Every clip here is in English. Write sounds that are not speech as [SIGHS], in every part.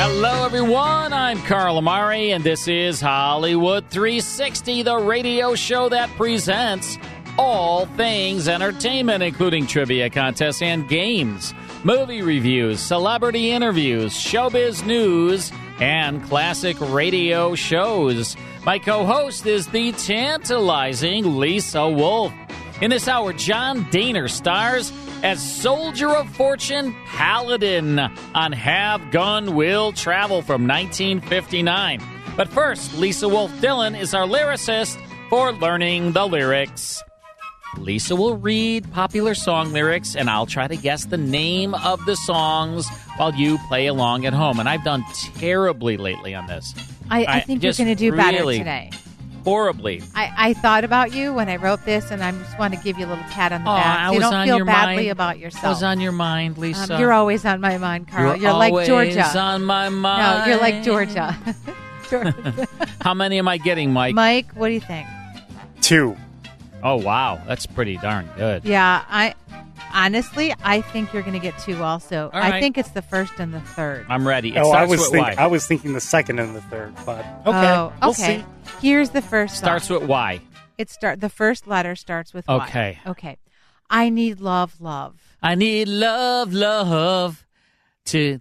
Hello, everyone. I'm Carl Amari, and this is Hollywood 360, the radio show that presents all things entertainment, including trivia contests and games, movie reviews, celebrity interviews, showbiz news, and classic radio shows. My co host is the tantalizing Lisa Wolf. In this hour, John Daner stars as Soldier of Fortune Paladin on Have Gun Will Travel from 1959. But first, Lisa Wolf Dillon is our lyricist for learning the lyrics. Lisa will read popular song lyrics, and I'll try to guess the name of the songs while you play along at home. And I've done terribly lately on this. I, I think I you're going to do better really today. Horribly. I, I thought about you when I wrote this, and I just want to give you a little pat on the Aw, back. I So you was don't on feel your badly mind. about yourself. I was on your mind, Lisa. Um, you're always on my mind, Carl. You're like Georgia. always on my No, you're like mind. Georgia. Georgia. How many am I getting, [LAUGHS] Mike? Mike, what do you think? Two. Oh wow, that's pretty darn good. Yeah, I honestly, I think you're going to get two. Also, All I right. think it's the first and the third. I'm ready. It oh, I starts was with think- Y. I was thinking the second and the third, but okay, Oh, we'll okay. see. Here's the first. song. starts with Y. It start the first letter starts with Y. Okay. Okay. I need love, love. I need love, love to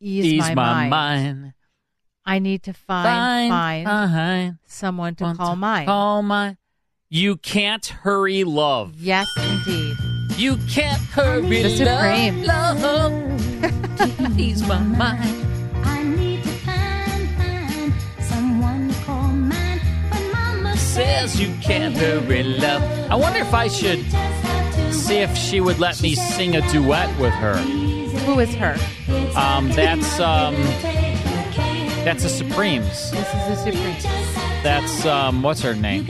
Ease, ease my, my mind. I need to find Fine, find, fine. someone to Want call mine. Call mine. You can't hurry love. Yes, indeed. You can't hurry The Supreme. [LAUGHS] love. Love. to ease my mind. I need to find, find someone to call mine. But mama Says you can't hurry love. I wonder if I should see if she would let me sing a duet with her. Who is her? Um, that's um, that's the Supremes. This is the Supreme. That's um, what's her name?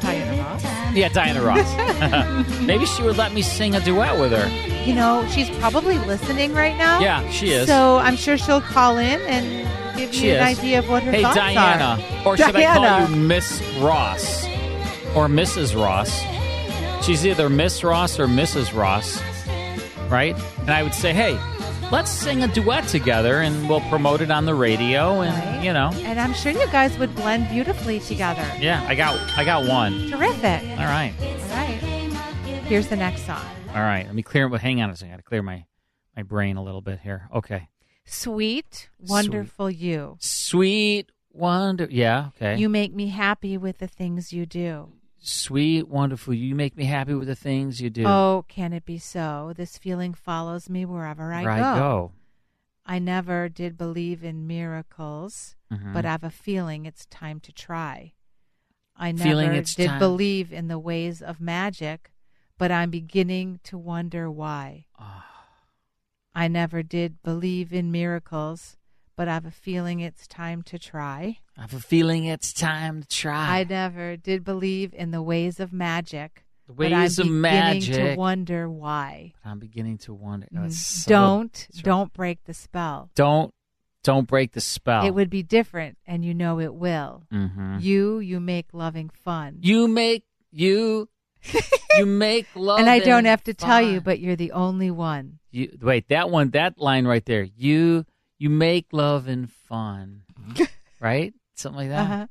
Diana Ross. Yeah, Diana Ross. [LAUGHS] Maybe she would let me sing a duet with her. You know, she's probably listening right now. Yeah, she is. So I'm sure she'll call in and give She you an is. idea of what her hey, thoughts Diana, are. or should I Diana. call you Miss Ross or Mrs. Ross? She's either Miss Ross or Mrs. Ross, right? And I would say, hey, let's sing a duet together, and we'll promote it on the radio, and Right. you know, And I'm sure you guys would blend beautifully together. yeah, I got, I got one. Terrific. All right, All right. Here's the next song. all right. Let me clear. Hang on a second. I got to clear my, my brain a little bit here. Okay. Sweet, wonderful you. Sweet wonder. Yeah. Okay. You make me happy with the things you do. Sweet, wonderful. You make me happy with the things you do. Oh, can it be so? This feeling follows me wherever I Where go. I go. I never did believe in miracles, Mhm. but I have a feeling it's time to try. I Feeling never it's did time. believe in the ways of magic, but I'm beginning to wonder why. Ah. I never did believe in miracles, but I have a feeling it's time to try. I have a feeling it's time to try. I never did believe in the ways of magic, The but I'm ways of beginning to magic. wonder why. I'm beginning to wonder. No, it's so- Mm, don't so- don't break the spell. don't don't break the spell. It would be different, and you know it will. Mhm. You, you make loving fun. You make you you make [LAUGHS] love. and I don't have to tell you, fun. but you're the only one. you, wait that one that line right there. You you make love [LAUGHS] and fun, right? Something like that. Uh-huh.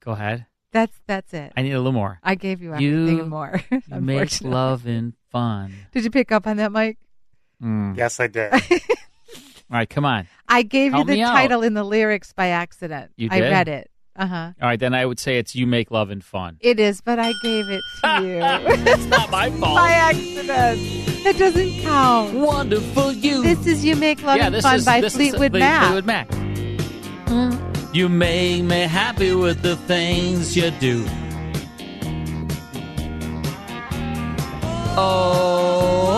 Go ahead. That's that's it. I, I need a little more. gave you You- everything and more. [LAUGHS] You make unfortunately. love and fun. Did you pick up on that, Mike? Mm. Yes, I [LAUGHS] did. All right, come on. I gave Help you the me out. title in the lyrics by accident. You I did? read it. Uh huh. All right, then I would say it's You Make Love and Fun. It is, but I gave it [LAUGHS] to you. That's not [LAUGHS] my fault. By accident. That doesn't count. Wonderful you. This is You Make Love and Fun by Fleetwood the- Mac. Fleetwood Mac. You make me happy with the things you do.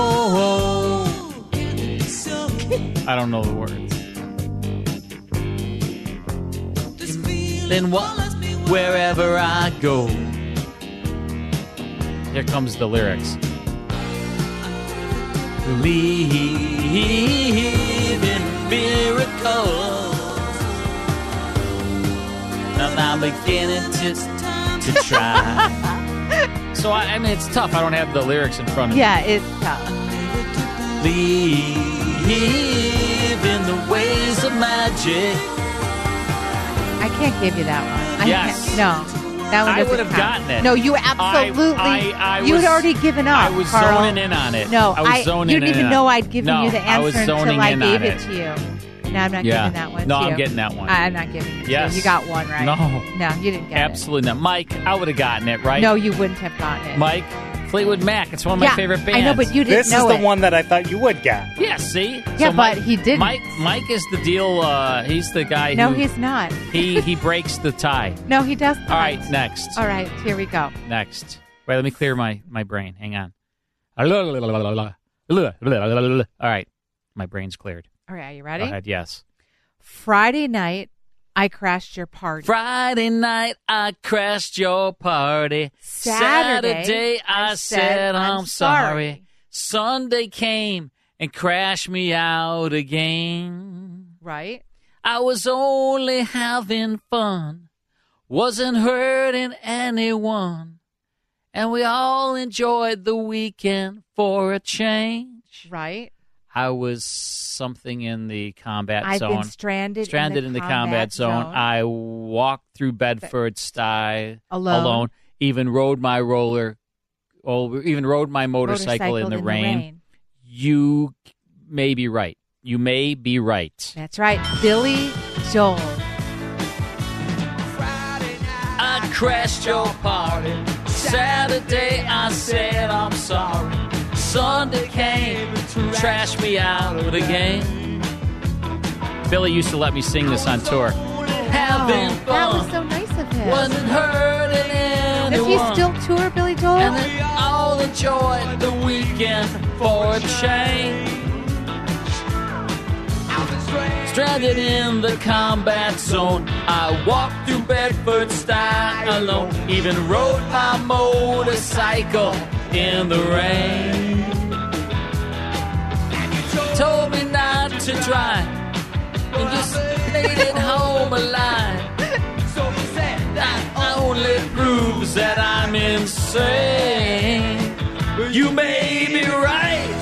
Oh. I don't know the words. Then what? Wherever I go. Here comes the lyrics. Believe in miracles. And I'm beginning to, to try. [LAUGHS] so, I, I mean, it's tough. I don't have the lyrics in front of me. [LAUGHS] Yeah, it's tough. Believe in the ways of magic. I can't give you that one. I Yes. can't- No. That one I doesn't would've count. gotten it. No, you I- absolutely. I- I you was- had already given up. I was Carl. zoning in on it. No, I was zoning You didn't in even on know it. I'd given No, you the I answer was until zoning I in gave on it it. to you. No, I'm not Yeah. giving that one. No, to I'm you. getting that one. I, am not giving it. to you. Yes. you got one right. No. no, you didn't get Absolutely not. Mike, I would have gotten it, it. right? No, you wouldn't have gotten it. Mike, Fleetwood Mac. It's one of my Yeah, favorite bands. I know, but you didn't This is know the it. one that I thought you would get. Yeah, see? Yeah, So Mike- but he didn't. Mike Mike is the deal. Uh, he's the guy no, who. he's not. he, he breaks the tie. No, he does not. All right, next. All right, here we go. Next. Wait, let me clear my, my brain. Hang on. All right. My brain's cleared. All right, you ready? Go ahead, yes. Friday night, I crashed your party. Friday night, I crashed your party. Saturday, Saturday, I, I said, said, I'm "I'm sorry. Sunday came and crashed me out again. right? I was only having fun, wasn't hurting anyone, and we all enjoyed the weekend for a change. Right. I was something in the combat I've zone. been stranded. stranded in the combat, zone. I walked through Bedford Sty Alone. even rode my roller, or even rode my motorcycle, in, Motorcycled the, rain. You may be right. You may be right. That's right, Billy Joel. I crashed your party. Saturday I said I'm sorry. Sunday came and trashed me out of the game. Billy used to let me sing this on tour. Having Oh, that was fun. so nice of him. Wasn't hurting anyone. Does he still tour, Billy Joel? And then all enjoyed the weekend for a change. Stranded in the combat zone, I walked through Bedford Stuyvesant alone. Even rode my motorcycle in the rain. Told me not to drive, and just made it home alive. That only proves that I'm insane. You may be right,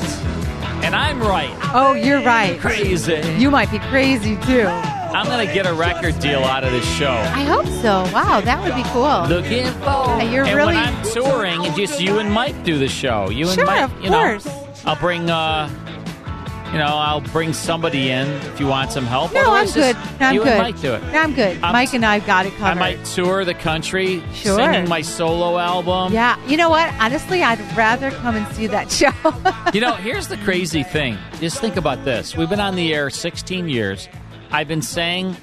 and I'm right. oh, you're right. Crazy. You might be crazy too. I'm gonna get a record deal out of this show. I hope so. Wow, that would be cool. Looking Yeah, for. you're and really when I'm touring, it's just you and Mike do the show. You and Sure, Mike, of you know, course. I'll bring. uh you know, I'll bring somebody in if you want some help. No, I'm Otherwise, good. just No, I'm you good. and Mike do it. No, I'm good. I'm- Mike and I've got it I covered. might tour the country, Sure. singing my solo album. yeah, [LAUGHS] you know what? Honestly, I'd rather come and see that [LAUGHS] show. You know, here's the crazy thing. Just think about this. We've been on the air 16 years. I've been saying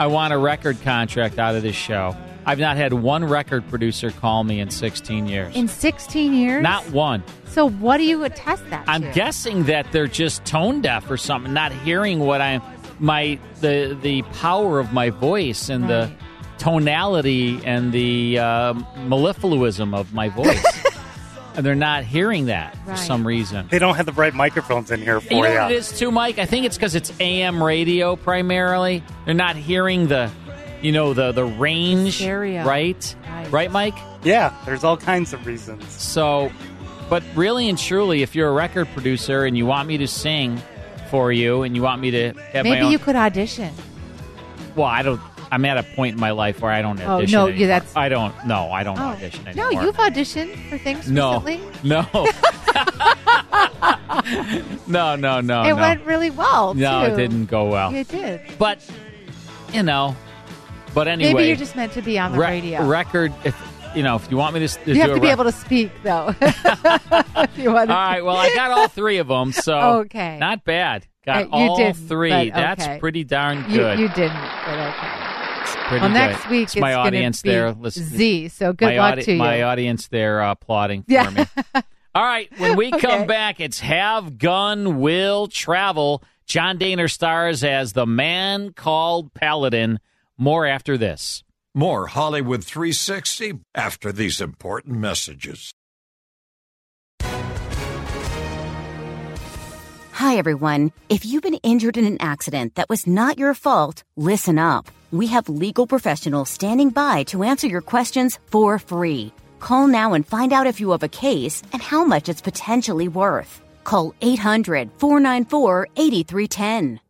I want a record contract out of this show. I've not had one record producer call me in 16 years. In 16 years? Not one. So what do you attest that I'm to? guessing that they're just tone deaf or something, not hearing what I'm my the the power of my voice and the tonality and the uh, mellifluism of my voice. and they're not hearing that for Right. some reason. They don't have the right microphones in here for You know ya. what it is too, Mike? I think it's because it's AM radio primarily. They're not hearing the, you know, the the range, Stereo. right? Right. Right, Mike? Yeah, there's all kinds of reasons. So, but really and truly, if you're a record producer and you want me to sing for you and you want me to have my Maybe own, you could audition. well, I don't. I'm at a point in my life where I don't Oh, audition. no, anymore. yeah, that's- I don't. No, I don't Oh. audition No, anymore. you've auditioned for things no, recently. [LAUGHS] no, no, no, no. it no. went really well. No, too. it didn't go well. It did. But you know, But anyway, Maybe you're just meant to be on the rec- radio. Record, if you know, if you want me to, s- to you have do to a be rec- able to speak, though. [LAUGHS] If [LAUGHS] you want All to- right. Well, [LAUGHS] I got all three of them, so Okay. not bad. Got Uh, you all didn't, three. but okay. That's pretty darn You, Mm-hmm. good. you didn't, but okay. pretty well, good. next week It's my it's gonna audience be there. Listen, Z, so good my luck audi- to you. My audience there uh, applauding for Yeah. me. [LAUGHS] All right, when we Okay. come back, it's Have Gun Will Travel. John Daner stars as the man called Paladin. More after this. More Hollywood 360 after these important messages. Hi, everyone. If you've been injured in an accident that was not your fault, listen up. We have legal professionals standing by to answer your questions for free. Call now and find out if you have a case and how much it's potentially worth. Call 800 494 8310.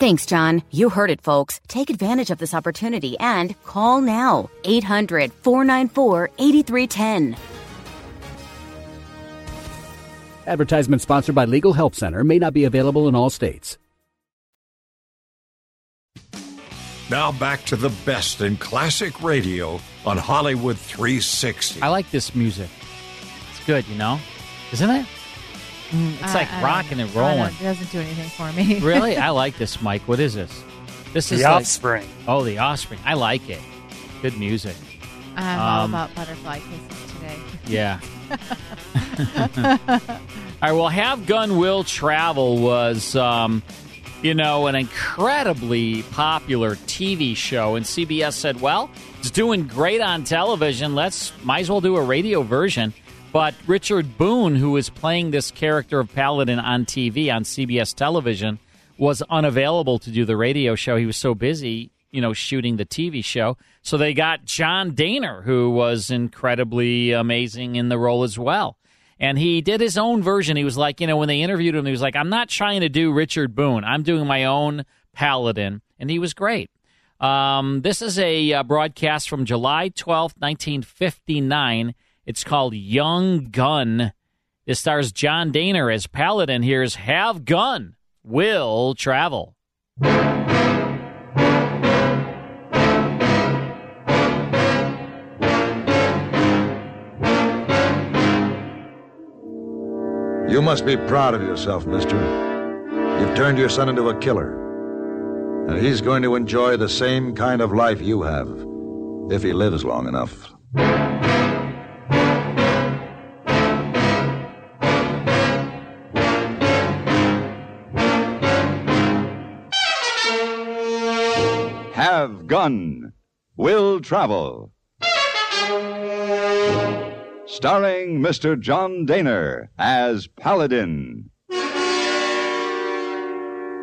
Thanks, John. You heard it, folks. Take advantage of this opportunity and call now 800 494 8310. Advertisement sponsored by Legal Help Center may not be available in all states. Now back to the best in classic radio on Hollywood 360. I like this music. It's good, you know? Isn't it? Mm, It's I- like I don't rocking and know. I don't- rolling. It Uh, doesn't do anything for [LAUGHS] me. [LAUGHS] really? I like this, Mike. What is this? This is The like- Offspring. Oh, the offspring. I like it. Good music. I'm all Um, about butterfly kisses today. Yeah. [LAUGHS] All right. Well, Have Gun Will Travel was, um, you know, an incredibly popular TV show, and CBS said, "Well, it's doing great on television. Let's might as well do a radio version." But Richard Boone, who was playing this character of Paladin on TV on CBS television, was unavailable to do the radio show. He was so busy, you know, shooting the TV show. So they got John Daner, who was incredibly amazing in the role as well. And he did his own version. He was like, you know, when they interviewed him, he was like, I'm not trying to do Richard Boone. I'm doing my own Paladin. And he was great. Um, this is a uh, broadcast from July 12th, 1959. It's called Young Gun. It stars John Daner as Paladin. Here's Have Gun, Will Travel. You must be proud of yourself, mister. You've turned your son into a killer. And he's going to enjoy the same kind of life you have, if he lives long enough. Have Gun Will Travel. Starring Mr. John Daner as Paladin.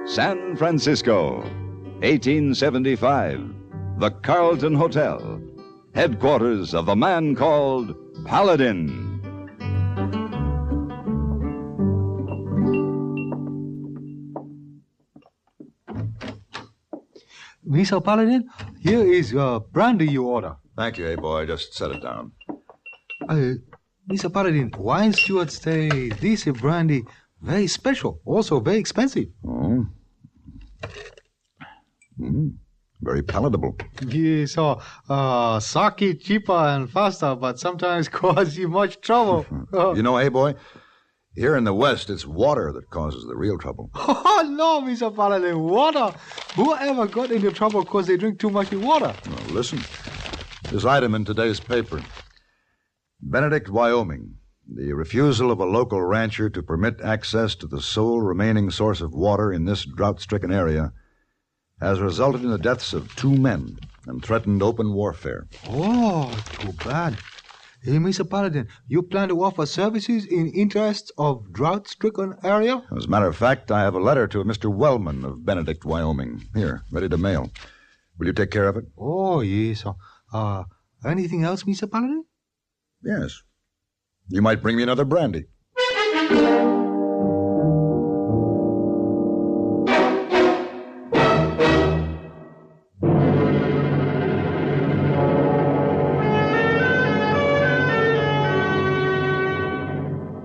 San Francisco, 1875. The Carlton Hotel, headquarters of the man called Paladin. Mr. Paladin, here is uh, brandy you order. Thank you, hey boy. Just set it down. Uh, Mr. Paladin, wine steward say this brandy very special, also very expensive. Oh. Mm, very palatable. Yes, uh, uh, sake cheaper and faster, but sometimes [LAUGHS] cause you much trouble. You know, hey boy, here in the West, it's water that causes the real trouble. [LAUGHS] oh no, Mr. Paladin, water. Whoever got into trouble cause they drink too much water? Now, listen, this item in today's paper Benedict, Wyoming. The refusal of a local rancher to permit access to the sole remaining source of water in this drought stricken area has resulted in the deaths of two men and threatened open warfare. Oh, too bad. Hey, Mr. Paladin, you plan to offer services in interests of drought-stricken area? As a matter of fact, I have a letter to a Mr. Wellman of Benedict, Wyoming. Here, ready to mail. Will you take care of it? Oh, yes. Uh, anything else, Mr. Paladin? Yes. You might bring me another brandy.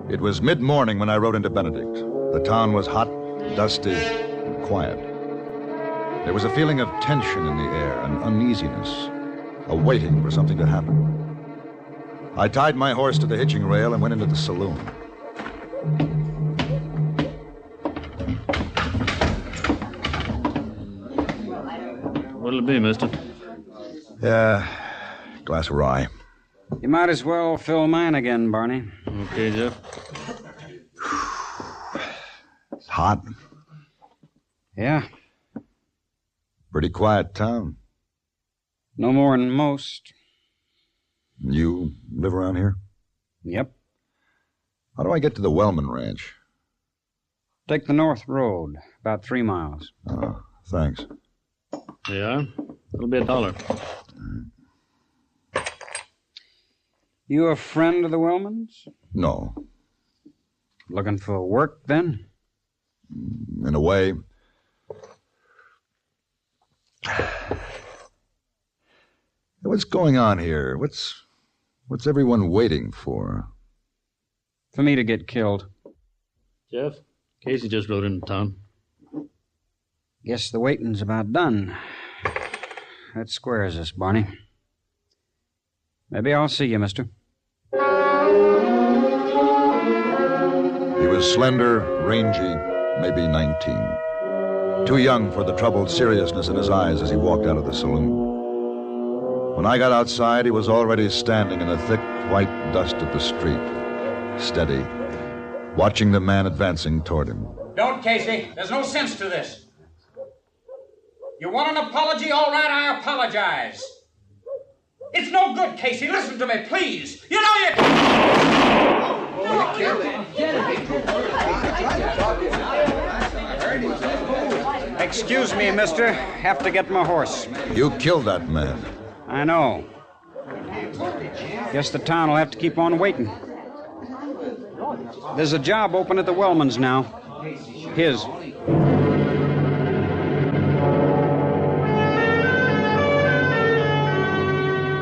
It was mid morning when I rode into Benedict. The town was hot, dusty, quiet. There was a feeling of tension in the air, an uneasiness, a waiting for something to happen. I tied my horse to the hitching rail and went into the saloon. What'll it be, mister? Yeah, glass of rye. You might as well fill mine again, Barney. Okay, Jeff. It's hot. Yeah, Pretty quiet town. no more than most. You live around here? Yep. How do I get to the Wellman Ranch? Take the north road, about three miles. Oh, thanks. Yeah? It'll be a dollar. You a friend of the Wellmans? No. Looking for work, then? In a way, [SIGHS] what's going on here? What's what's everyone waiting for? For me to get killed. Jeff, Casey just rode into town. Guess the waiting's about done. That squares us, Barney. Maybe I'll see you, mister. He was slender, rangy, maybe 19. Too young for the troubled seriousness in his eyes as he walked out of the saloon. When I got outside, he was already standing in the thick white dust of the street, steady, watching the man advancing toward him. Don't, Casey. There's no sense to this. You want an apology? All right, I apologize. It's no good, Casey. Listen to me, please. You know you. Excuse me, mister. Have to get my horse. You killed that man. I know. Guess the town will have to keep on waiting. There's a job open at the Wellmans now. His.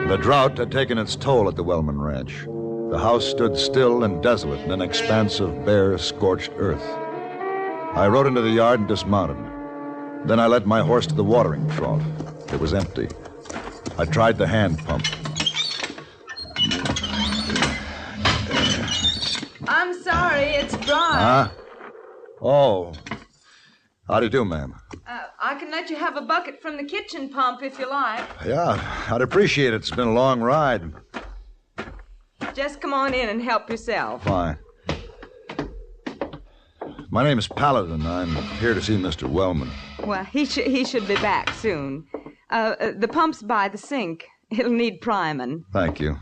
The drought had taken its toll at the Wellman Ranch. The house stood still and desolate in an expanse of bare, scorched earth. I rode into the yard and dismounted. Then I led my horse to the watering trough. It was empty. I tried the hand pump. I'm sorry, it's gone. Huh? Oh. How do you do, ma'am? Uh, I can let you have a bucket from the kitchen pump if you like. Yeah, I'd appreciate it. It's been a long ride. Just come on in and help yourself. Fine. My name is Paladin. I'm here to see Mr. Wellman. Well, he should he should be back soon. Uh, uh, the pump's by the sink. It'll need priming. Thank you.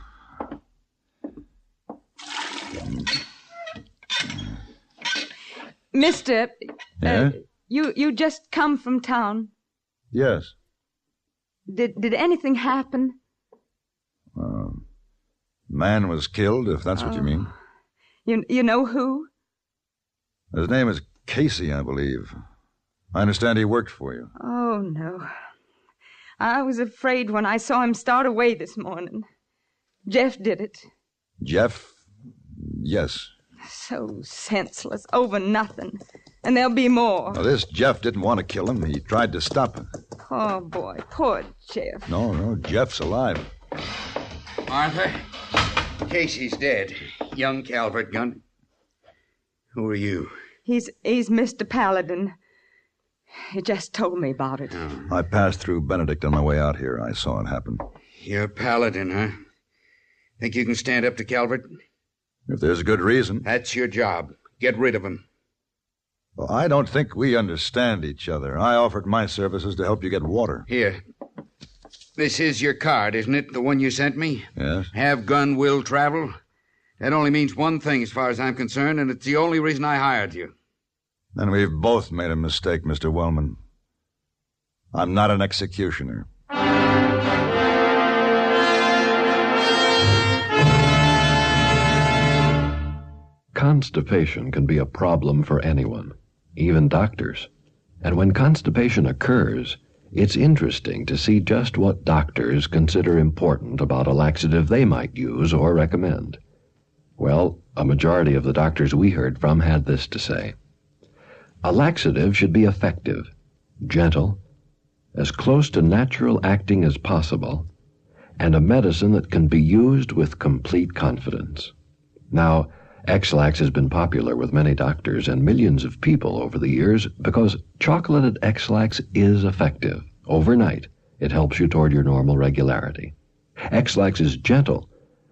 Mister, Yeah? you you just come from town. yes. Did did anything happen? Um, man was killed, if that's what you mean. You you know who? His name is Casey, I believe. I understand he worked for you. Oh no. I was afraid when I saw him start away this morning. Jeff did it. Jeff? Yes. So senseless, over nothing. And there'll be more. Now, this Jeff didn't want to kill him. He tried to stop him. Oh boy, poor Jeff. No, no, Jeff's alive. Martha, Casey's dead. Young Calvert gun. Who are you? He's he's Mr. Paladin. He just told me about it. I passed through Benedict on my way out here. I saw it happen. You're a paladin, huh? Think you can stand up to Calvert? If there's a good reason. That's your job. Get rid of him. Well, I don't think we understand each other. I offered my services to help you get water. Here. This is your card, isn't it? The one you sent me? Yes? Have gun, will travel. That only means one thing as far as I'm concerned, and it's the only reason I hired you. Then we've both made a mistake, Mr. Wellman. I'm not an executioner. Constipation can be a problem for anyone, even doctors. And when constipation occurs, it's interesting to see just what doctors consider important about a laxative they might use or recommend. Well, a majority of the doctors we heard from had this to say A laxative should be effective, gentle, as close to natural acting as possible, and a medicine that can be used with complete confidence. Now, Ex-Lax has been popular with many doctors and millions of people over the years because chocolated Ex-Lax is effective. Overnight, it helps you toward your normal regularity. Ex-Lax is gentle.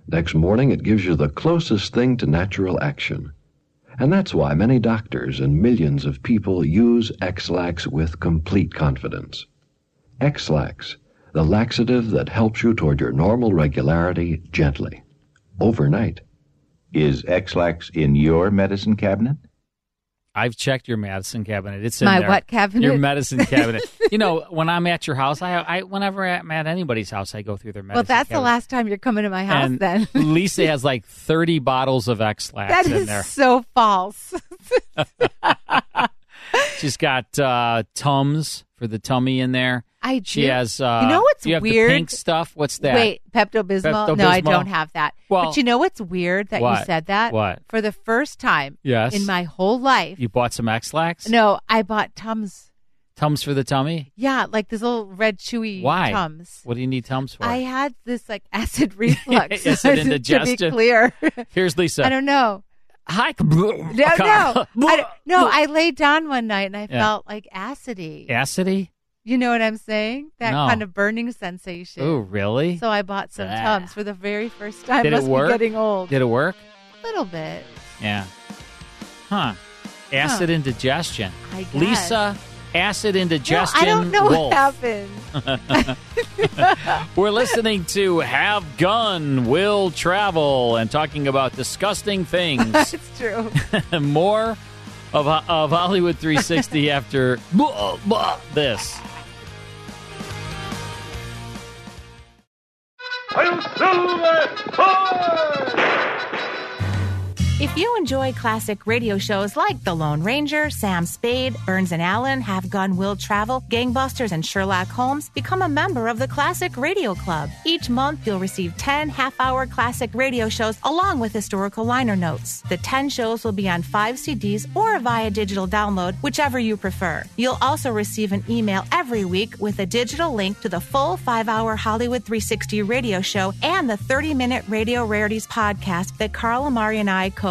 Next morning, it gives you the closest thing to natural action. And that's why many doctors and millions of people use Ex-Lax with complete confidence. Ex-Lax, the laxative that helps you toward your normal regularity gently. Overnight. Is X-Lax in your medicine cabinet? I've checked your medicine cabinet. It's in My there. what cabinet? Your medicine [LAUGHS] cabinet. you know, when I'm at your house, I, I whenever I'm at anybody's house, I go through their medicine. well, that's the cabinet. last time you're coming to my house. And then [LAUGHS] Lisa has like 30 bottles of that X-Lax in is there. so false. She's got uh, Tums for the tummy in there. I She do- has. Uh, You know what's you have the weird? pink stuff. What's that? Wait, Pepto Bismol? No, I Pepto-Bismol? don't have that. Well- but you know what's weird that What? you said that? What? For the first time Yes. in my whole life. You bought some X-Lax. No, I bought Tums. Tums for the tummy. Yeah, like this little red chewy Why? Tums. What do you need Tums for? I had this like acid [LAUGHS] [LAUGHS] reflux. Acid To indigestion? be clear, Here's Lisa. I don't know. Hi. No, [LAUGHS] no, I, don't- no. I laid down one night and I Yeah. felt like acidy. Acidy? You know what I'm saying? That No. kind of burning sensation. Oh, really? So I bought some Ah. tums for the very first time. Did Must it work? be getting old. Did it work? A little bit. Yeah. Huh. Acid indigestion. I guess. Lisa, acid no, indigestion. I don't know Wolf. what happened. [LAUGHS] We're listening to Have Gun Will Travel and talking about disgusting things. [LAUGHS] it's true. More of, of Hollywood [LAUGHS] 360 after blah, blah, this. If you enjoy classic radio shows like The Lone Ranger, Sam Spade, Burns and Allen, Have Gun Will Travel, Gangbusters, and Sherlock Holmes, become a member of the Classic Radio Club. Each month, you'll receive 10 half hour classic radio shows along with historical liner notes. The 10 shows will be on five CDs or via digital download, whichever you prefer. You'll also receive an email every week with a digital link to the full five hour Hollywood 360 radio show and the 30 minute Radio Rarities podcast that Carl Amari and I co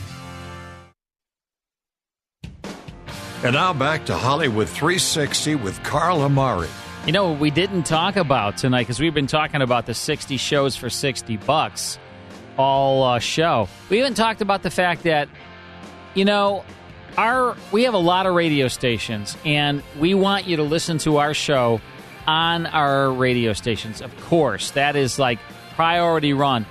And now back to Hollywood 360 with Carl Amari. You know, we didn't talk about tonight because we've been talking about the 60 shows for 60 bucks all uh, show. We even talked about the fact that, you know, our we have a lot of radio stations and we want you to listen to our show on our radio stations. Of course, that is like priority run.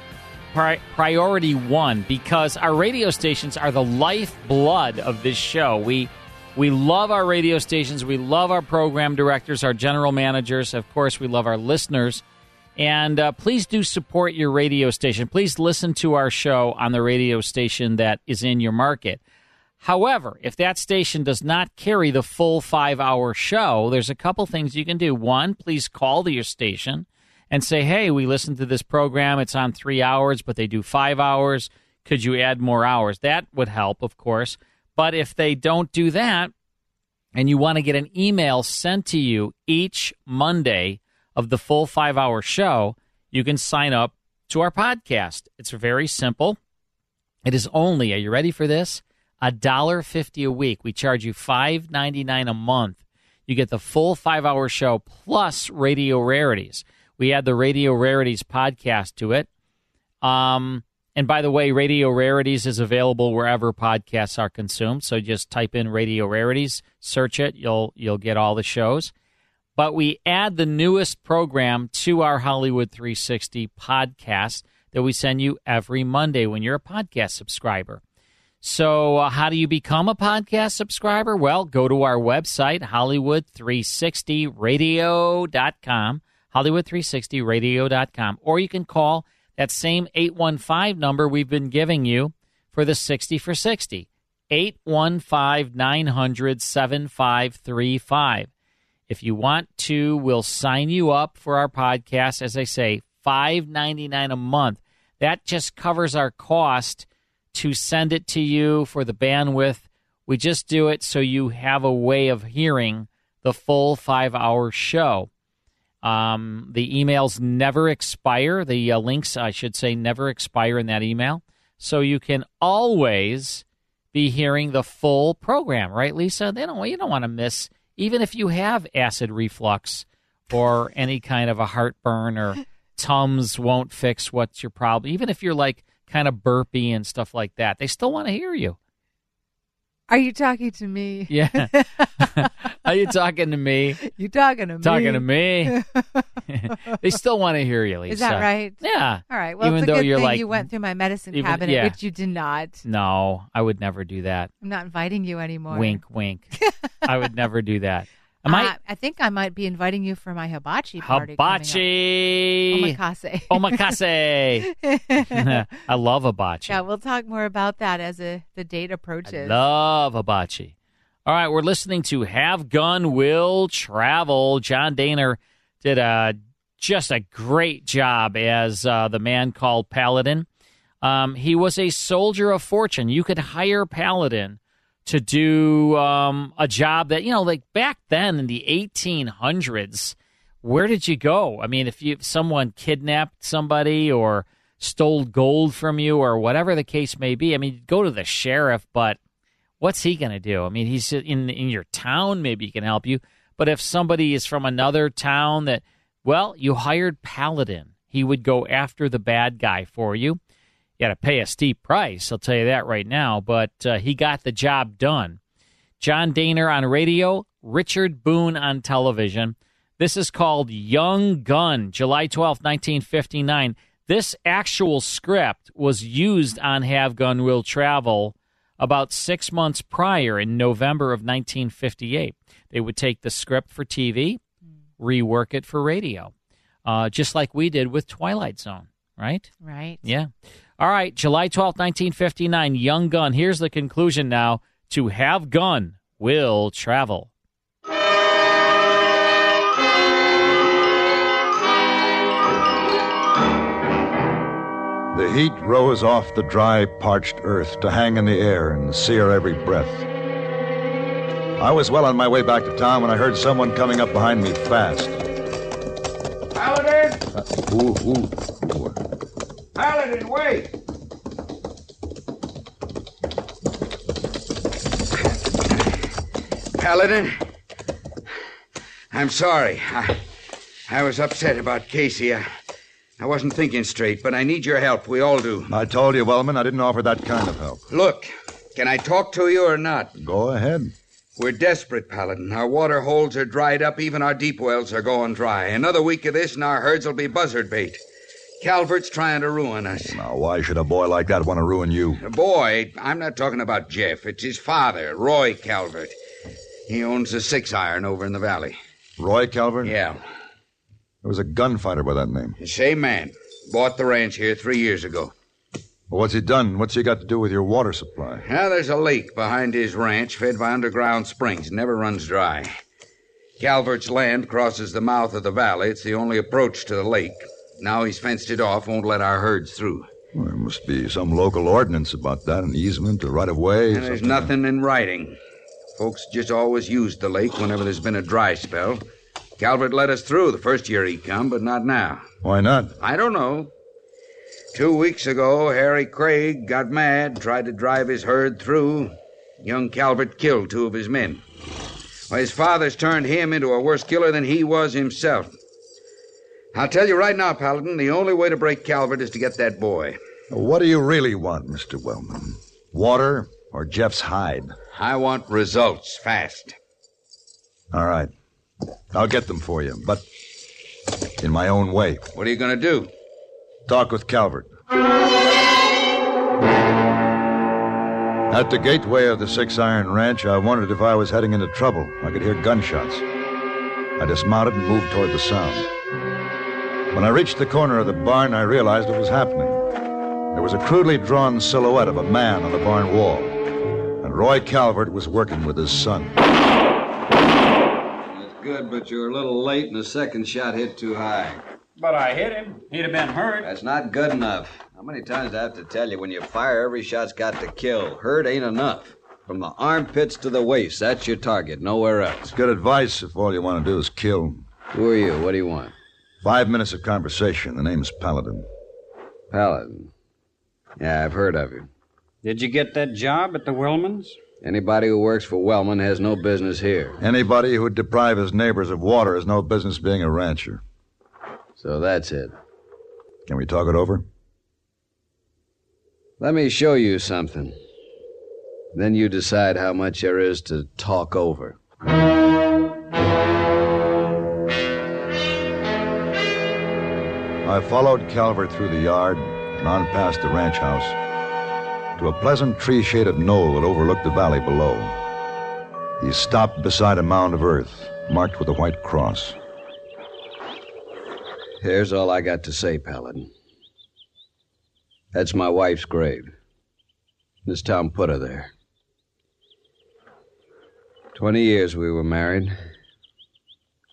Pri- priority 1 because our radio stations are the lifeblood of this show. We we love our radio stations. We love our program directors, our general managers. Of course, we love our listeners. And uh, please do support your radio station. Please listen to our show on the radio station that is in your market. However, if that station does not carry the full five hour show, there's a couple things you can do. One, please call the, your station and say, hey, we listened to this program. It's on three hours, but they do five hours. Could you add more hours? That would help, of course. But if they don't do that, and you want to get an email sent to you each Monday of the full five hour show, you can sign up to our podcast. It's very simple. It is only, are you ready for this? A dollar fifty a week. We charge you five ninety nine a month. You get the full five hour show plus radio rarities. We add the Radio Rarities podcast to it. Um, and by the way, Radio Rarities is available wherever podcasts are consumed. So just type in Radio Rarities, search it. You'll you'll get all the shows. but we add the newest program to our Hollywood 360 podcast that we send you every Monday when you're a podcast subscriber. So, uh, how do you become a podcast subscriber? Well, go to our website, Hollywood360radio.com, Hollywood360radio.com, or you can call that same 815 number we've been giving you for the 60 for 60, 815 900 7535. If you want to, we'll sign you up for our podcast, as I say, $5.99 a month. That just covers our cost to send it to you for the bandwidth. We just do it so you have a way of hearing the full five hour show. Um, the emails never expire. The uh, links, I should say, never expire in that email. So you can always be hearing the full program, right, Lisa? They don't, you don't want to miss, even if you have acid reflux or any kind of a [LAUGHS] heartburn or Tums won't fix what's your problem, even if you're like kind of burpy and stuff like that. They still want to hear you. Are you talking to me? Yeah. [LAUGHS] Are you talking to me? You talking to me? Talking to me. they still want to hear you, [LAUGHS] Lisa. Is that right? Yeah. All right. Well, Even it's a though good you're thing like- you went through my medicine even- cabinet, yeah. which you did not. No, I would never do that. I'm not inviting you anymore. Wink, wink. I would never do that. Am Uh, I think I might be inviting you for my hibachi I party. coming up. hibachi? Omakase. Omakase. [LAUGHS] I love [LAUGHS] hibachi. Yeah, we'll talk more about that as uh the date approaches. Love hibachi. All right, we're listening to Have Gun Will Travel. John Daner did a, just a great job as uh, the man called Paladin. Um, he was a soldier of fortune. You could hire Paladin to do um, a job that, you know, like back then in the 1800s, where did you go? I mean, if you if someone kidnapped somebody or stole gold from you or whatever the case may be, I mean, you'd go to the sheriff, but what's he going to do? I mean, he's in in your town, maybe he can help you. But if somebody is from another town that, well, you hired Paladin, he would go after the bad guy for you. You got to pay a steep price, I'll tell you that right now. But uh, he got the job done. John Daner on radio, Richard Boone on television. This is called Young Gun, July twelfth, 1959. This actual script was used on Have Gun Will Travel about six months prior in November of 1958. They would take the script for TV, rework it for radio, uh, just like we did with Twilight Zone, right? Right. Yeah. All right, July twelfth, 1959, Young Gun. Here's the conclusion now to have gun will travel. The heat rose off the dry, parched earth to hang in the air and sear every breath. I was well on my way back to town when I heard someone coming up behind me fast. Paladin! Ooh, ooh. Paladin, wait! Paladin, I'm sorry. I, I was upset about Casey. I, I wasn't thinking straight, but I need your help. We all do. I told you, Wellman, I didn't offer that kind of help. Look, can I talk to you or not? Go ahead. We're desperate, Paladin. Our water holes are dried up. Even our deep wells are going dry. Another week of this, and our herds will be buzzard bait. Calvert's trying to ruin us. Now, why should a boy like that want to ruin you? Uh, Boy, I'm not talking about Jeff. It's his father, Roy Calvert. He owns a six iron over in the valley. Roy Calvert? Yeah. There was a gunfighter by that name. The same man. Bought the ranch here three years ago. Well, what's he done? What's he got to do with your water supply? Now there's a lake behind his ranch fed by underground springs. Never runs dry. Calvert's land crosses the mouth of the valley. It's the only approach to the lake. Now he's fenced it off, won't let our herds through. Well, there must be some local ordinance about that, an easement, a right of way. And there's nothing in writing. Folks just always used the lake whenever there's been a dry spell. Calvert let us through the first year he come, but not now. Why not? I don't know. Two weeks ago, Harry Craig got mad, tried to drive his herd through. Young Calvert killed two of his men. Well, his father's turned him into a worse killer than he was himself. I'll tell you right now, Paladin, the only way to break Calvert is to get that boy. What do you really want, Mr. Wellman? Water or Jeff's hide? I want results fast. All right. I'll get them for you, but in my own way. What are you going to do? Talk with Calvert. At the gateway of the Six Iron Ranch, I wondered if I was heading into trouble. I could hear gunshots. I dismounted and moved toward the sound. When I reached the corner of the barn, I realized what was happening. There was a crudely drawn silhouette of a man on the barn wall, and Roy Calvert was working with his son. Good, but you're a little late and the second shot hit too high. But I hit him. He'd have been hurt. That's not good enough. How many times do I have to tell you when you fire, every shot's got to kill? Hurt ain't enough. From the armpits to the waist, that's your target, nowhere else. It's good advice if all you want to do is kill. Who are you? What do you want? Five minutes of conversation. The name's Paladin. Paladin. Yeah, I've heard of you. Did you get that job at the Willmans? Anybody who works for Wellman has no business here. Anybody who would deprive his neighbors of water has no business being a rancher. So that's it. Can we talk it over? Let me show you something. Then you decide how much there is to talk over. I followed Calvert through the yard and on past the ranch house to a pleasant tree shaded knoll that overlooked the valley below. He stopped beside a mound of earth marked with a white cross. Here's all I got to say, Paladin. That's my wife's grave. This town put her there. Twenty years we were married.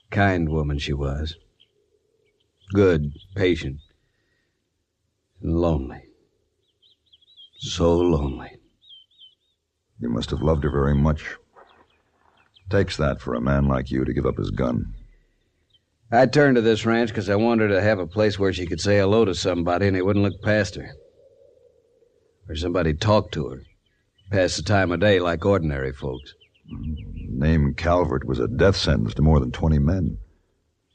Kind woman she was. Good, patient, and lonely. So lonely. You must have loved her very much. Takes that for a man like you to give up his gun. I turned to this ranch because I wanted her to have a place where she could say hello to somebody and they wouldn't look past her. Or somebody talk to her. Pass the time of day like ordinary folks. The name Calvert was a death sentence to more than 20 men.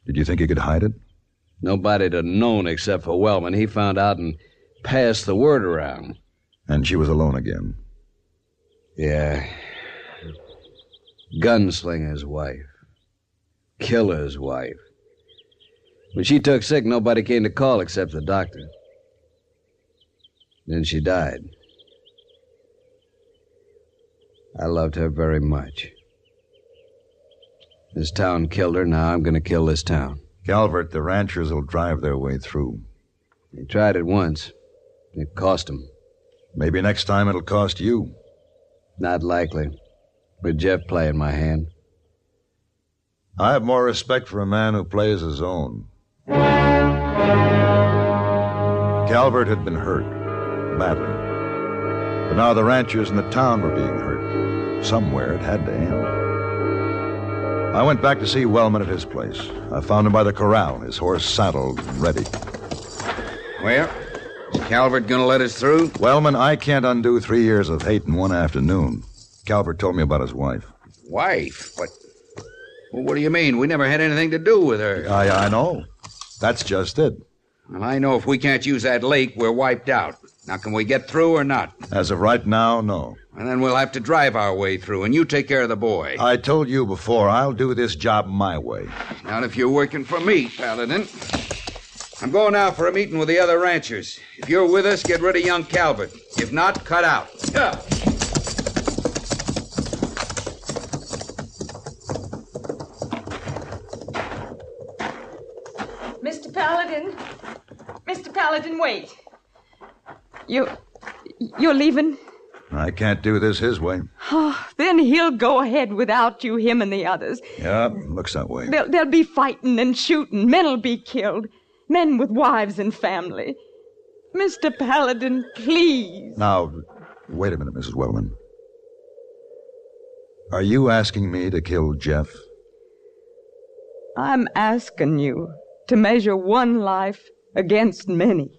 Did you think he could hide it? Nobody'd have known except for Wellman. He found out and passed the word around. And she was alone again. Yeah. Gunslinger's wife. Killer's wife. When she took sick, nobody came to call except the doctor. Then she died. I loved her very much. This town killed her, now I'm going to kill this town. Calvert, the ranchers will drive their way through. They tried it once. It cost 'em. Maybe next time it'll cost you. Not likely. With Jeff playing my hand. I have more respect for a man who plays his own. Calvert had been hurt, badly. But now the ranchers in the town were being hurt. Somewhere it had to end. I went back to see Wellman at his place. I found him by the corral, his horse saddled and ready. Well, is Calvert going to let us through? Wellman, I can't undo three years of hate in one afternoon. Calvert told me about his wife. Wife? What? Well, what do you mean? We never had anything to do with her. I, I know. That's just it. Well, I know if we can't use that lake, we're wiped out. Now, can we get through or not? As of right now, no. And then we'll have to drive our way through, and you take care of the boy. I told you before, I'll do this job my way. Not if you're working for me, Paladin. I'm going out for a meeting with the other ranchers. If you're with us, get rid of young Calvert. If not, cut out. Yeah. Mr. Paladin. Mr. Paladin, wait. You. You're leaving? I can't do this his way. Oh, then he'll go ahead without you, him and the others. Yeah, looks that way. There'll, there'll be fighting and shooting. Men'll be killed. Men with wives and family. Mr. Paladin, please. Now, wait a minute, Mrs. Wellman. Are you asking me to kill Jeff? I'm asking you to measure one life against many.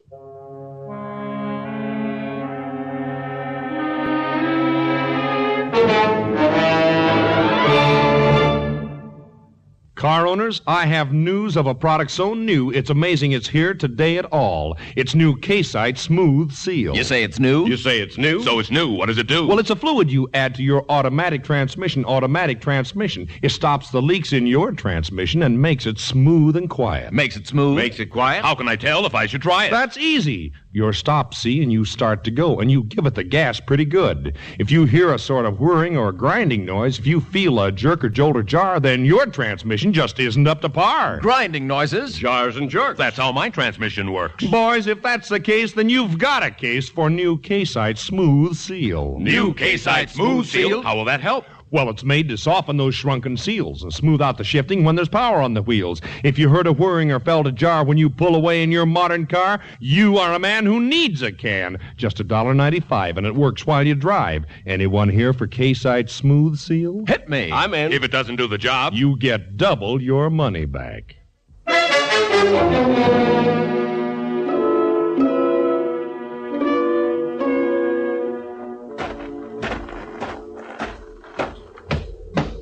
Car owners, I have news of a product so new it's amazing it's here today at all. It's new K-Site Smooth Seal. You say it's new? You say it's new? So it's new. What does it do? Well, it's a fluid you add to your automatic transmission. Automatic transmission. It stops the leaks in your transmission and makes it smooth and quiet. [LAUGHS] Makes it smooth? Makes it quiet? How can I tell if I should try it? That's easy. Your stop C and you start to go, and you give it the gas pretty good. If you hear a sort of whirring or grinding noise, if you feel a jerk or jolt or jar, then your transmission just isn't up to par. Grinding noises? Jars and jerks. That's how my transmission works. Boys, if that's the case, then you've got a case for new K-Site Smooth Seal. New K-Site Smooth Seal? How will that help? Well, it's made to soften those shrunken seals and smooth out the shifting when there's power on the wheels. If you heard a whirring or felt a jar when you pull away in your modern car, you are a man who needs a can. Just a dollar ninety-five, and it works while you drive. Anyone here for K-Site Smooth Seal? Hit me. I'm in. If it doesn't do the job, you get double your money back.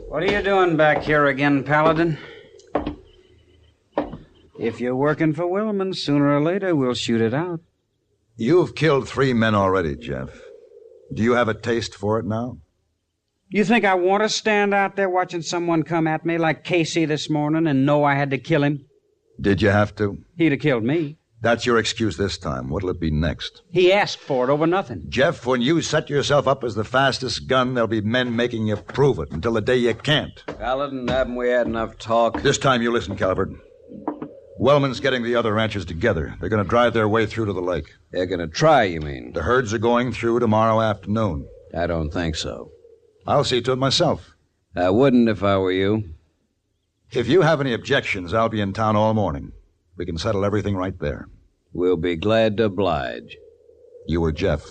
What are you doing back here again, Paladin? If you're working for Williman, sooner or later we'll shoot it out. You've killed three men already, Jeff. Do you have a taste for it now? You think I want to stand out there watching someone come at me like Casey this morning and know I had to kill him? Did you have to? He'd have killed me. That's your excuse this time. What'll it be next? He asked for it over nothing. Jeff, when you set yourself up as the fastest gun, there'll be men making you prove it until the day you can't. Paladin, haven't we had enough talk? This time you listen, Calvert. Wellman's getting the other ranchers together. They're going to drive their way through to the lake. They're going to try, you mean? The herds are going through tomorrow afternoon. I don't think so. I'll see to it myself. I wouldn't if I were you. If you have any objections, I'll be in town all morning. We can settle everything right there. We'll be glad to oblige. You or Jeff?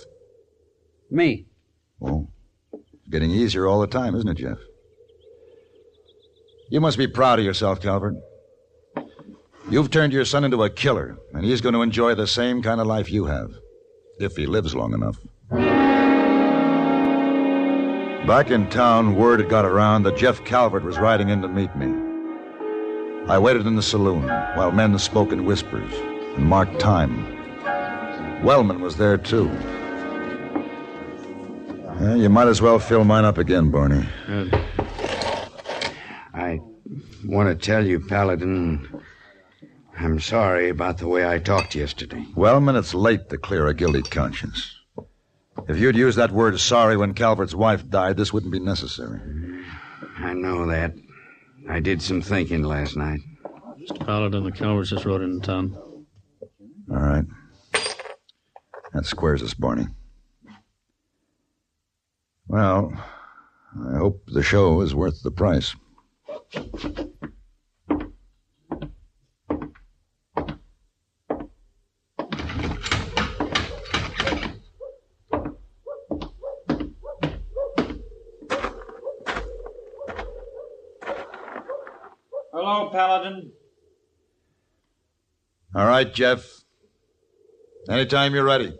Me. Oh. It's getting easier all the time, isn't it, Jeff? You must be proud of yourself, Calvert. You've turned your son into a killer, and he's going to enjoy the same kind of life you have, if he lives long enough. Back in town, word had got around that Jeff Calvert was riding in to meet me. I waited in the saloon while men spoke in whispers and marked time. Wellman was there, too. Yeah, you might as well fill mine up again, Barney. I want to tell you, Paladin, I'm sorry about the way I talked yesterday. Wellman, it's late to clear a guilty conscience. If you'd used that word sorry when Calvert's wife died, this wouldn't be necessary. I know that. I did some thinking last night. Mr. Paladin, the Calvert's just rode into town. All right. That squares us, Barney. Well, I hope the show is worth the price. Hello, Paladin. All right, Jeff. Anytime you're ready.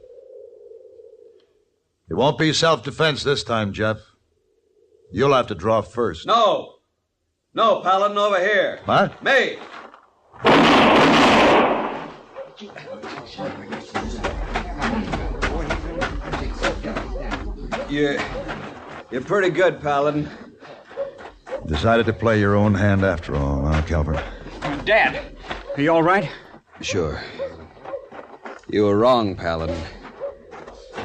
It won't be self defense this time, Jeff. You'll have to draw first. No. No, Paladin, over here. What? Me. You're, you're pretty good, Paladin. Decided to play your own hand after all, huh, Calvert? Dad, are you all right? Sure. You were wrong, Paladin.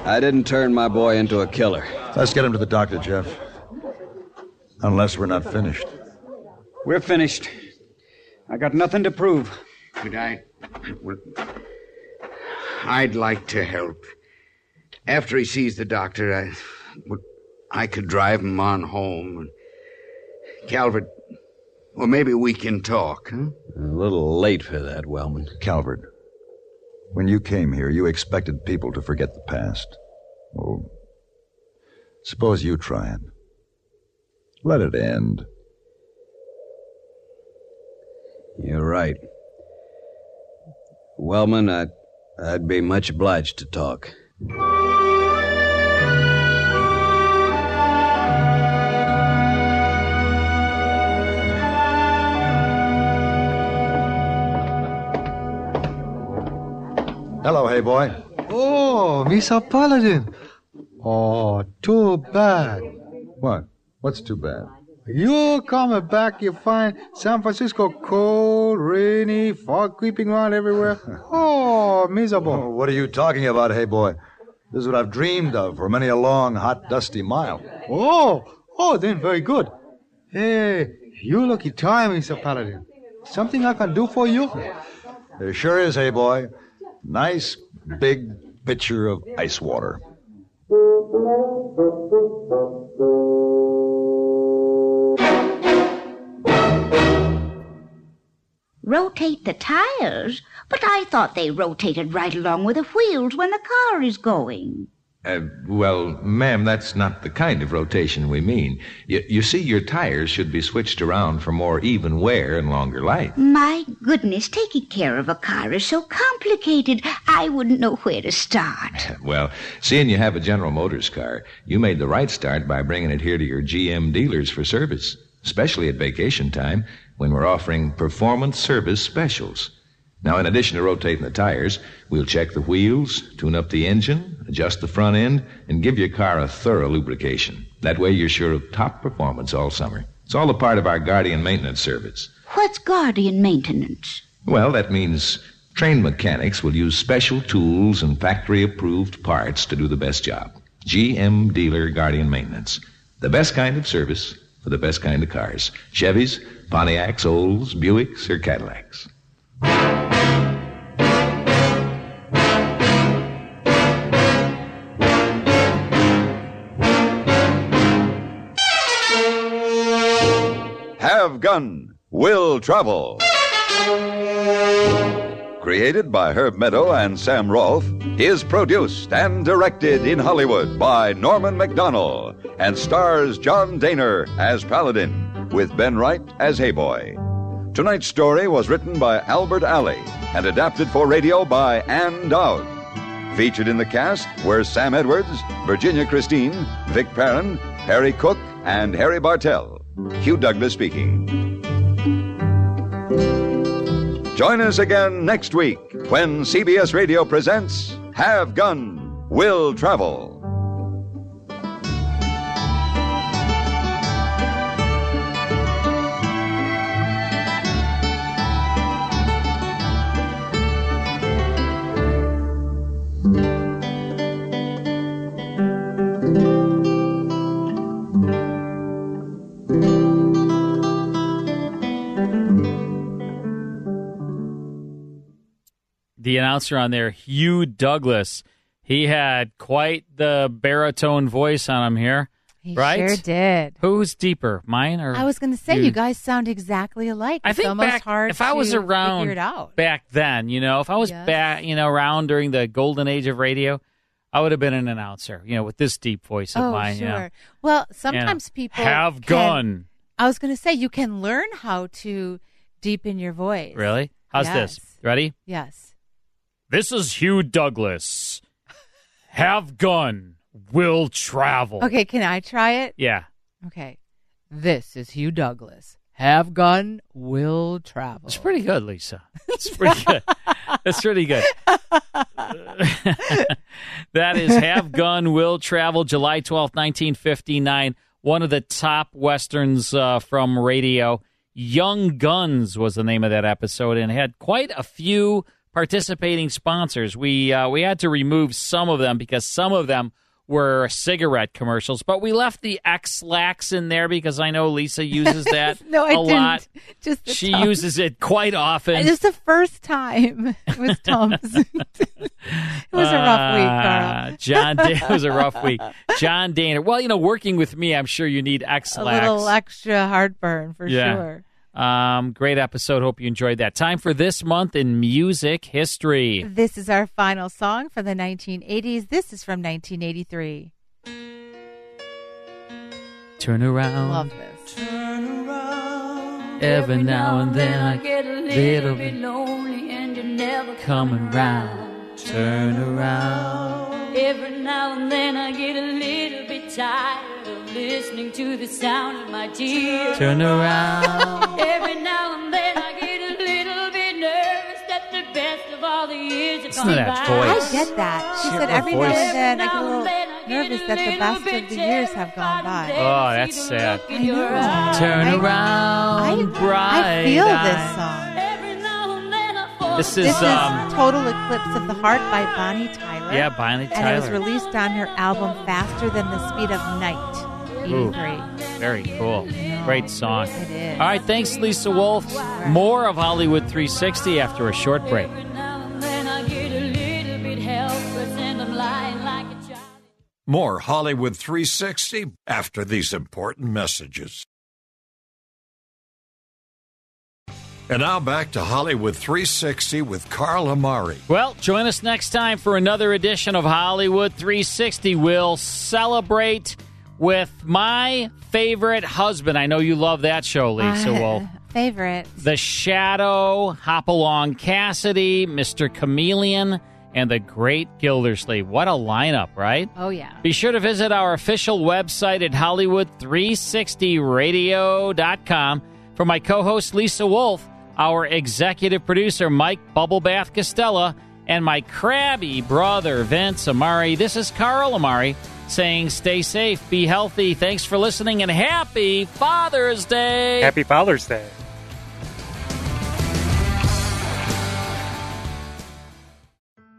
I didn't turn my boy into a killer. Let's get him to the doctor, Jeff. Unless we're not finished. We're finished. I got nothing to prove. Could I? Well, I'd like to help. After he sees the doctor, I, well, I could drive him on home. Calvert, well, maybe we can talk, huh? A little late for that, Wellman. Calvert, when you came here, you expected people to forget the past. Well, suppose you try it. Let it end. You're right. Wellman, I'd, I'd be much obliged to talk. Hello, hey boy. Oh, Mr. Paladin. Oh, too bad. What? What's too bad? You coming back, you find San Francisco cold, rainy, fog creeping around [LAUGHS] everywhere. Oh, Oh, miserable. what are you talking about, hey boy? This is what I've dreamed of for many a long, hot, dusty mile. Oh, oh, then very good. Hey, you lucky time, Mr. Paladin. Something I can do for you? There sure is, hey boy. Nice big pitcher of ice water. Rotate the tires? But I thought they rotated right along with the wheels when the car is going. Uh, well, ma'am, that's not the kind of rotation we mean. You, you see, your tires should be switched around for more even wear and longer life. My goodness, taking care of a car is so complicated, I wouldn't know where to start. Well, seeing you have a General Motors car, you made the right start by bringing it here to your GM dealers for service, especially at vacation time when we're offering performance service specials. Now, in addition to rotating the tires, we'll check the wheels, tune up the engine, adjust the front end, and give your car a thorough lubrication. That way, you're sure of top performance all summer. It's all a part of our Guardian maintenance service. What's guardian maintenance? Well, that means trained mechanics will use special tools and factory approved parts to do the best job. GM Dealer Guardian Maintenance. The best kind of service for the best kind of cars Chevys, Pontiacs, Olds, Buicks, or Cadillacs. Have Gun Will Travel. Created by Herb Meadow and Sam Rolfe, is produced and directed in Hollywood by Norman McDonnell and stars John Daner as Paladin, with Ben Wright as Hayboy. Tonight's story was written by Albert Alley and adapted for radio by Ann Dowd. Featured in the cast were Sam Edwards, Virginia Christine, Vic Perrin, Harry Cook, and Harry Bartell. Hugh Douglas speaking. Join us again next week when CBS Radio presents Have Gun, Will Travel. the announcer on there, Hugh Douglas. He had quite the baritone voice on him here, He right? sure did. Who's deeper, mine or? I was going to say, Hugh? you guys sound exactly alike. I It's think almost back, hard if I was to around figure it out. back then, you know, if I was Yes. back, you know, around during the golden age of radio, I would have been an announcer, you know, with this deep voice of Oh, mine. sure. you know. Well, Yeah. sometimes people have can- gun. I was going to say you can learn how to deepen your voice. Really? How's Yes. this? Ready? Yes. This is Hugh Douglas. Have gun, will travel. Okay, can I try it? Yeah. Okay. This is Hugh Douglas. Have gun, will travel. It's pretty good, Lisa. It's [LAUGHS] pretty good. That's pretty good. [LAUGHS] that is Have Gun Will Travel, July twelfth, 1959. One of the top westerns uh, from radio. Young Guns was the name of that episode and had quite a few participating sponsors. We, uh, we had to remove some of them because some of them were cigarette commercials, but we left the X Lax in there because I know [LAUGHS] Lisa uses that No, I a didn't. lot. Just the She tongue. uses it quite often. It's the first time [LAUGHS] with Tom's. it was a rough week, Carl. Ah, [LAUGHS] John, Dan- it was a rough week. John Danner. Well, you know, working with me, I'm sure you need A X-Lax. little extra heartburn for Yeah. sure. Um, great episode. Hope you enjoyed that. Time for this month in music history. This is our final song for the 1980s. This is from 1983. Turn around. Love this. Every now and then I get a little bit lonely and you never coming round. Turn around. Every now and then I get a little bit tired of listening to the sound of my tears. Turn around. Every now and then I get a little bit nervous that the best of all all the years have Listen to gone that by. voice. I get that. She said every now and then I get a little nervous that the best of the years have gone by. Oh, that's sad. I- Turn around, I feel this bright. song. eyed. This is um, Total Eclipse of the Heart by Bonnie Tyler. yeah, Bonnie And it was Tyler. released on her album Faster Than the Speed of Night, Ooh. 83. Very cool. Great song. It All is. right, thanks, Lisa Wolf. More of Hollywood 360 after a short break. Then I get a little bit helpless and I'm lying like a child. More Hollywood 360 after these important messages. And now back to Hollywood 360 with Carl Amari. Well, join us next time for another edition of Hollywood 360. We'll celebrate with my favorite husband. I know you love that show, Lisa Uh, Wolf. Favorite. The Shadow, Hopalong Cassidy, Mr. Chameleon, and the Great Gildersleeve. What a lineup, right? Oh, yeah. Be sure to visit our official website at Hollywood360radio.com. For my co host Lisa Wolf, our executive producer Mike Bubblebath Costella, and my crabby brother Vince Amari, this is Carl Amari saying stay safe, be healthy. Thanks for listening, and happy Father's Day. Happy Father's Day.